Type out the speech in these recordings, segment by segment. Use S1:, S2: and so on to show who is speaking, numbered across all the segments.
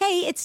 S1: Hey, it's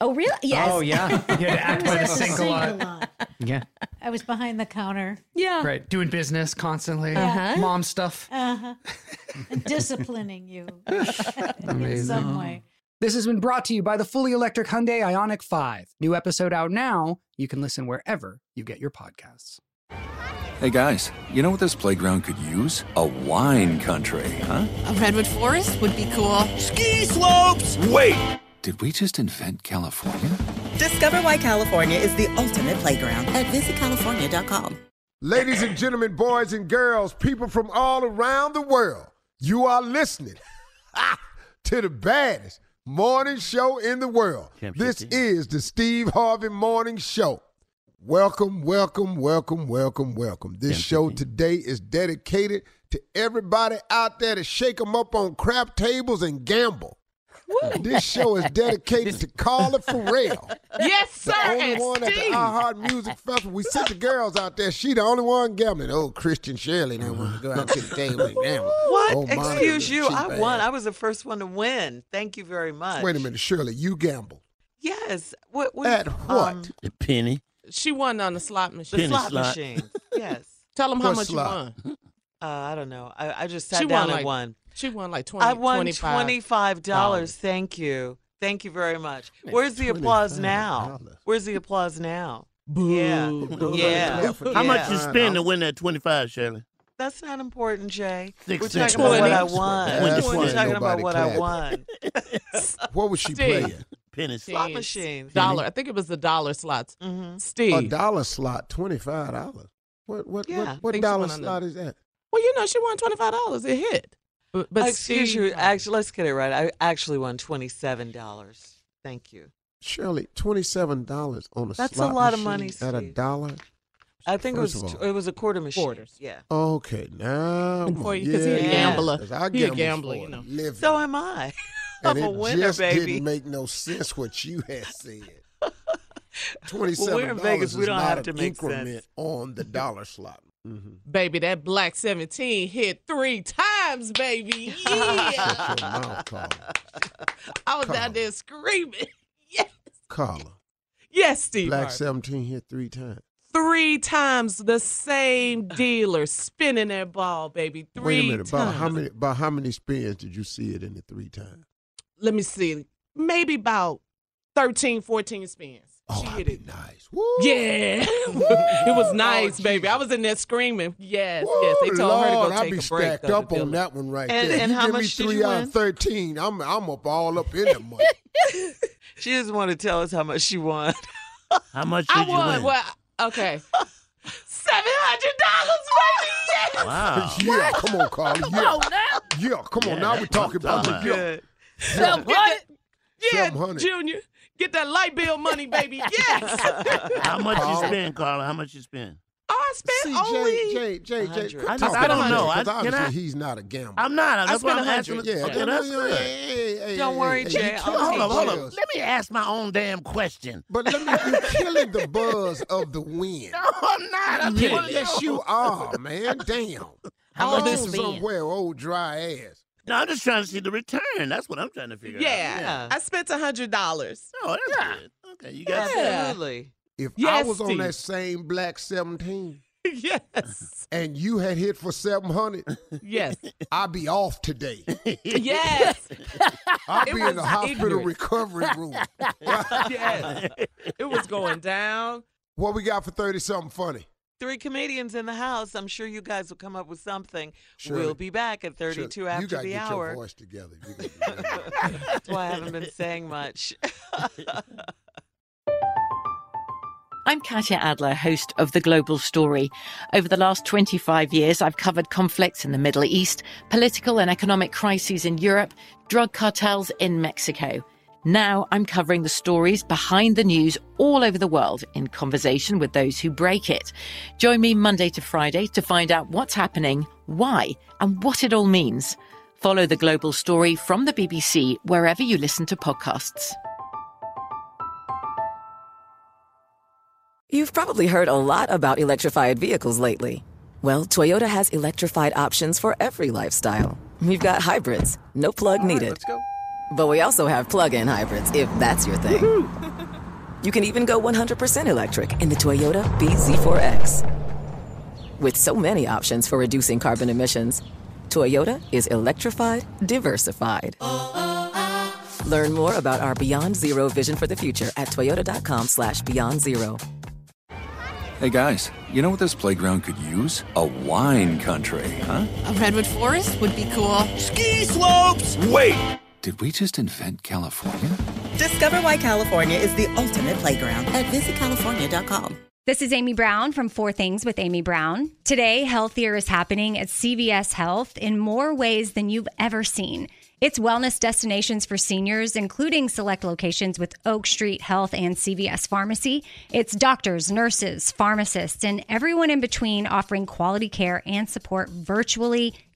S1: Oh, really? Yes.
S2: Oh yeah, you had to act
S3: I
S2: like a
S3: was at the
S2: sink a lot.
S3: lot.
S2: Yeah,
S3: I was behind the counter.
S1: Yeah.
S2: right. Doing business constantly,
S1: Uh-huh.
S2: mom stuff.
S3: Uh-huh. Disciplining you in some way.
S4: This has been brought to you by the fully electric Hyundai Ionic 5. New episode out now. You can listen wherever you get your podcasts.
S5: Hey guys, you know what this playground could use? A wine country, huh?
S6: A redwood forest would be cool.
S5: Ski slopes! Wait! Did we just invent California?
S7: Discover why California is the ultimate playground at visitcalifornia.com.
S8: Ladies and gentlemen, boys and girls, people from all around the world, you are listening to the baddest morning show in the world. This is the Steve Harvey Morning Show. Welcome, welcome, welcome, welcome, welcome. This show today is dedicated to everybody out there to shake them up on crap tables and gamble. This show is dedicated to Carla Farrell.
S2: Yes, sir.
S8: The only one at the iHeart Music Festival. We sent the girls out there. She the only one gambling. Oh, Christian Shirley, they want to go out to the table and gamble.
S9: What?
S8: Oh, Monica,
S9: Excuse you.
S8: cheap
S9: I won.
S8: ass.
S9: I was the first one to win. Thank you very much.
S8: Wait a minute, Shirley, you gambled.
S9: Yes. What? what
S8: At what?
S9: um,
S6: The penny.
S4: She won on the slot
S9: the
S4: machine.
S6: Penny
S9: slot,
S6: slot.
S9: machine. yes.
S4: Tell them
S8: how What much you slot?
S4: won.
S9: Uh, I don't know. I, I just sat
S4: She won
S9: down
S4: like
S9: and won.
S4: She won like 20,
S9: I won twenty-five dollars. Thank you. Thank you very much. Where's the applause now?
S8: $25.
S9: Where's the applause now?
S6: Boo.
S9: Yeah.
S8: Yeah,
S9: Yeah.
S8: for-
S6: How much
S9: Yeah.
S6: you spend to win that 25 , Shirley?
S9: That's not important, Jay. We're
S6: Six
S9: talking
S6: cents.
S9: about what I
S6: Twenty.
S9: won.
S8: That's
S9: We're
S8: why
S9: talking about
S8: nobody
S9: what I
S8: clapped.
S9: won.
S8: What was she playing?
S6: Penny slot.
S9: Slot machine.
S4: Dollar. I think it was the dollar slots.
S9: Mhm.
S4: Steve.
S8: A dollar slot, twenty five dollars. What what
S9: Yeah,
S8: what, what
S4: think
S8: dollar
S4: someone on
S8: slot is that?
S4: Well, you know, she won twenty five dollars. It hit. But, but
S9: Excuse
S4: Steve-
S9: you. Actually, let's get it right. I actually won twenty-seven dollars. Thank you.
S8: Shirley, twenty seven dollars on a
S9: That's a
S8: slot
S9: lot of
S8: machine
S9: money,
S8: at a
S9: Steve.
S8: dollar.
S9: I think
S8: First
S9: it
S8: of
S9: was
S8: all-
S9: it was a quarter machine.
S4: Quarters.
S9: Yeah.
S8: Okay, now I'm
S4: Boy,
S8: on.
S4: 'cause he a
S8: Yeah,
S4: gambler.
S8: 'cause I
S4: He a
S8: gamble
S4: gambler,
S8: for
S4: you
S8: a
S4: know.
S8: living.
S9: So am I.
S8: and
S9: I'm a
S8: it
S9: winner,
S8: just
S9: baby.
S8: didn't make no sense what you had said.
S9: Well, we're
S8: Twenty-seven
S9: in
S8: dollars
S9: Vegas,
S8: is
S9: we don't
S8: not
S9: have
S8: an
S9: to make sense.
S8: increment on the dollar slot. Mm-hmm.
S4: Baby, that black 17 hit three times, baby. Yeah.
S8: Shut your mouth, Carla.
S4: I was
S8: Come
S4: out
S8: on.
S4: there screaming. Yes,
S8: Carla,
S4: yes, Steve.
S8: Black
S4: Harvey.
S8: Seventeen hit three times.
S4: three times the same dealer spinning that ball, baby. Three
S8: Wait a minute, about
S4: times.
S8: how many? About how many spins did you see it in the three times?
S4: Let me see. Maybe about 13, 14 spins.
S8: Oh,
S4: she
S8: that'd
S4: hit
S8: be
S4: it.
S8: nice. Woo.
S4: Yeah. it was nice, baby. I was in there screaming. Yes,
S8: Woo,
S4: yes. They told
S8: Lord,
S4: her to go
S8: I'd
S4: take
S8: be
S4: a break.
S8: stacked
S4: though,
S8: up
S4: the
S8: on
S4: dealer.
S8: that one right
S9: And-
S8: there.
S9: and
S8: you
S9: how
S8: give me
S9: much did
S8: three
S9: you
S8: out
S9: win?
S8: of thirteen. I'm I'm up all up in the money.
S7: She doesn't want to tell us how much she won.
S6: How much
S10: I won. Well, okay.
S7: Seven hundred dollars, baby. Yes.
S6: Wow.
S4: yeah, come on, Carly.
S10: Come
S4: yeah.
S10: on now.
S4: Yeah, come on.
S6: Yeah,
S4: now
S6: that's
S4: we're
S6: what
S4: talking
S6: I'm
S4: about
S6: talking
S4: it.
S10: about.
S4: Yeah.
S10: Seven hundred. Yeah,
S4: $700.
S10: Junior, get that light bill money, baby. Yes.
S6: How much
S4: Carl.
S8: Oh.
S6: you spend, Carla? How much you spend?
S7: Oh,
S10: I spent only.
S4: Jay, Jay, Jay, Jay.
S6: I just-
S4: quit
S6: I
S4: talking
S6: don't
S4: about
S6: know.
S4: that,
S6: I-
S4: 'cause
S6: can
S4: obviously
S6: I-
S4: he's not a gambler.
S6: I'm not.
S4: I
S6: That's
S4: spent
S6: what I'm
S4: a
S6: asking.
S4: hundred. Yeah,
S6: okay,
S4: don't-
S6: that's
S4: yeah,
S6: good.
S4: hey, hey,
S7: Don't
S4: hey,
S7: worry,
S4: hey,
S7: Jay.
S4: you
S7: I'll take
S4: killing
S6: Hold
S4: the
S6: up, hold up.
S4: buzz.
S6: Let me ask my own damn question.
S4: But let me, you're killing the buzz of the win.
S6: No, I'm not. I'm
S4: Yeah,
S6: kidding.
S4: yes, you are, man. Damn.
S6: How
S4: Oh,
S6: much you
S4: this is
S6: spend?
S4: somewhere, old dry ass.
S6: No, I'm just trying to see the return. That's what I'm trying to figure
S10: Yeah,
S6: out.
S10: I spent a hundred dollars.
S6: No, that's good. Okay, you got that.
S7: Absolutely.
S4: If I
S10: Yes,
S4: was on
S10: Steve.
S4: that same black 17
S10: yes.
S4: and you had hit for 700,
S10: Yes.
S4: I'd be off today.
S10: Yes.
S4: I'd
S10: It
S4: be in the
S10: was
S4: hospital
S10: ignorant.
S4: recovery room.
S7: yes. It was going down.
S4: What we got for 30 something funny?
S7: Three comedians in the house. I'm sure you guys will come up with something.
S4: Shirley.
S7: We'll be back at 32
S4: Shirley, you
S7: after
S4: gotta
S7: the
S4: get
S7: hour.
S4: Your voice together. You gotta be real.
S7: That's why I haven't been saying much.
S3: I'm Katya Adler, host of The Global Story. Over the last 25 years, I've covered conflicts in the Middle East, political and economic crises in Europe, drug cartels in Mexico. Now I'm covering the stories behind the news all over the world in conversation with those who break it. Join me Monday to Friday to find out what's happening, why, and what it all means. Follow the global story from the BBC wherever you listen to podcasts.
S11: You've probably heard a lot about electrified vehicles lately. Well, Toyota has electrified options for every lifestyle. We've got hybrids, no plug needed. let's go. But we also have plug-in hybrids, if that's your thing. you can even go 100% electric in the Toyota BZ4X. With so many options for reducing carbon emissions, Toyota is electrified, diversified. Learn more about our Beyond Zero vision for the future at toyota.com slash beyond zero.
S5: Hey guys, you know what this playground could use? A wine country, huh?
S6: A redwood forest would be cool. Ski slopes.
S12: Hmm?
S6: Wait.
S5: Did we just invent California?
S12: Discover why California is the ultimate playground at visitcalifornia.com.
S1: This is Amy Brown from Four Things with Amy Brown. Today, healthier is happening at CVS Health in more ways than you've ever seen. It's wellness destinations for seniors, including select locations with Oak Street Health and CVS Pharmacy. It's doctors, nurses, pharmacists, and everyone in between offering quality care and support virtually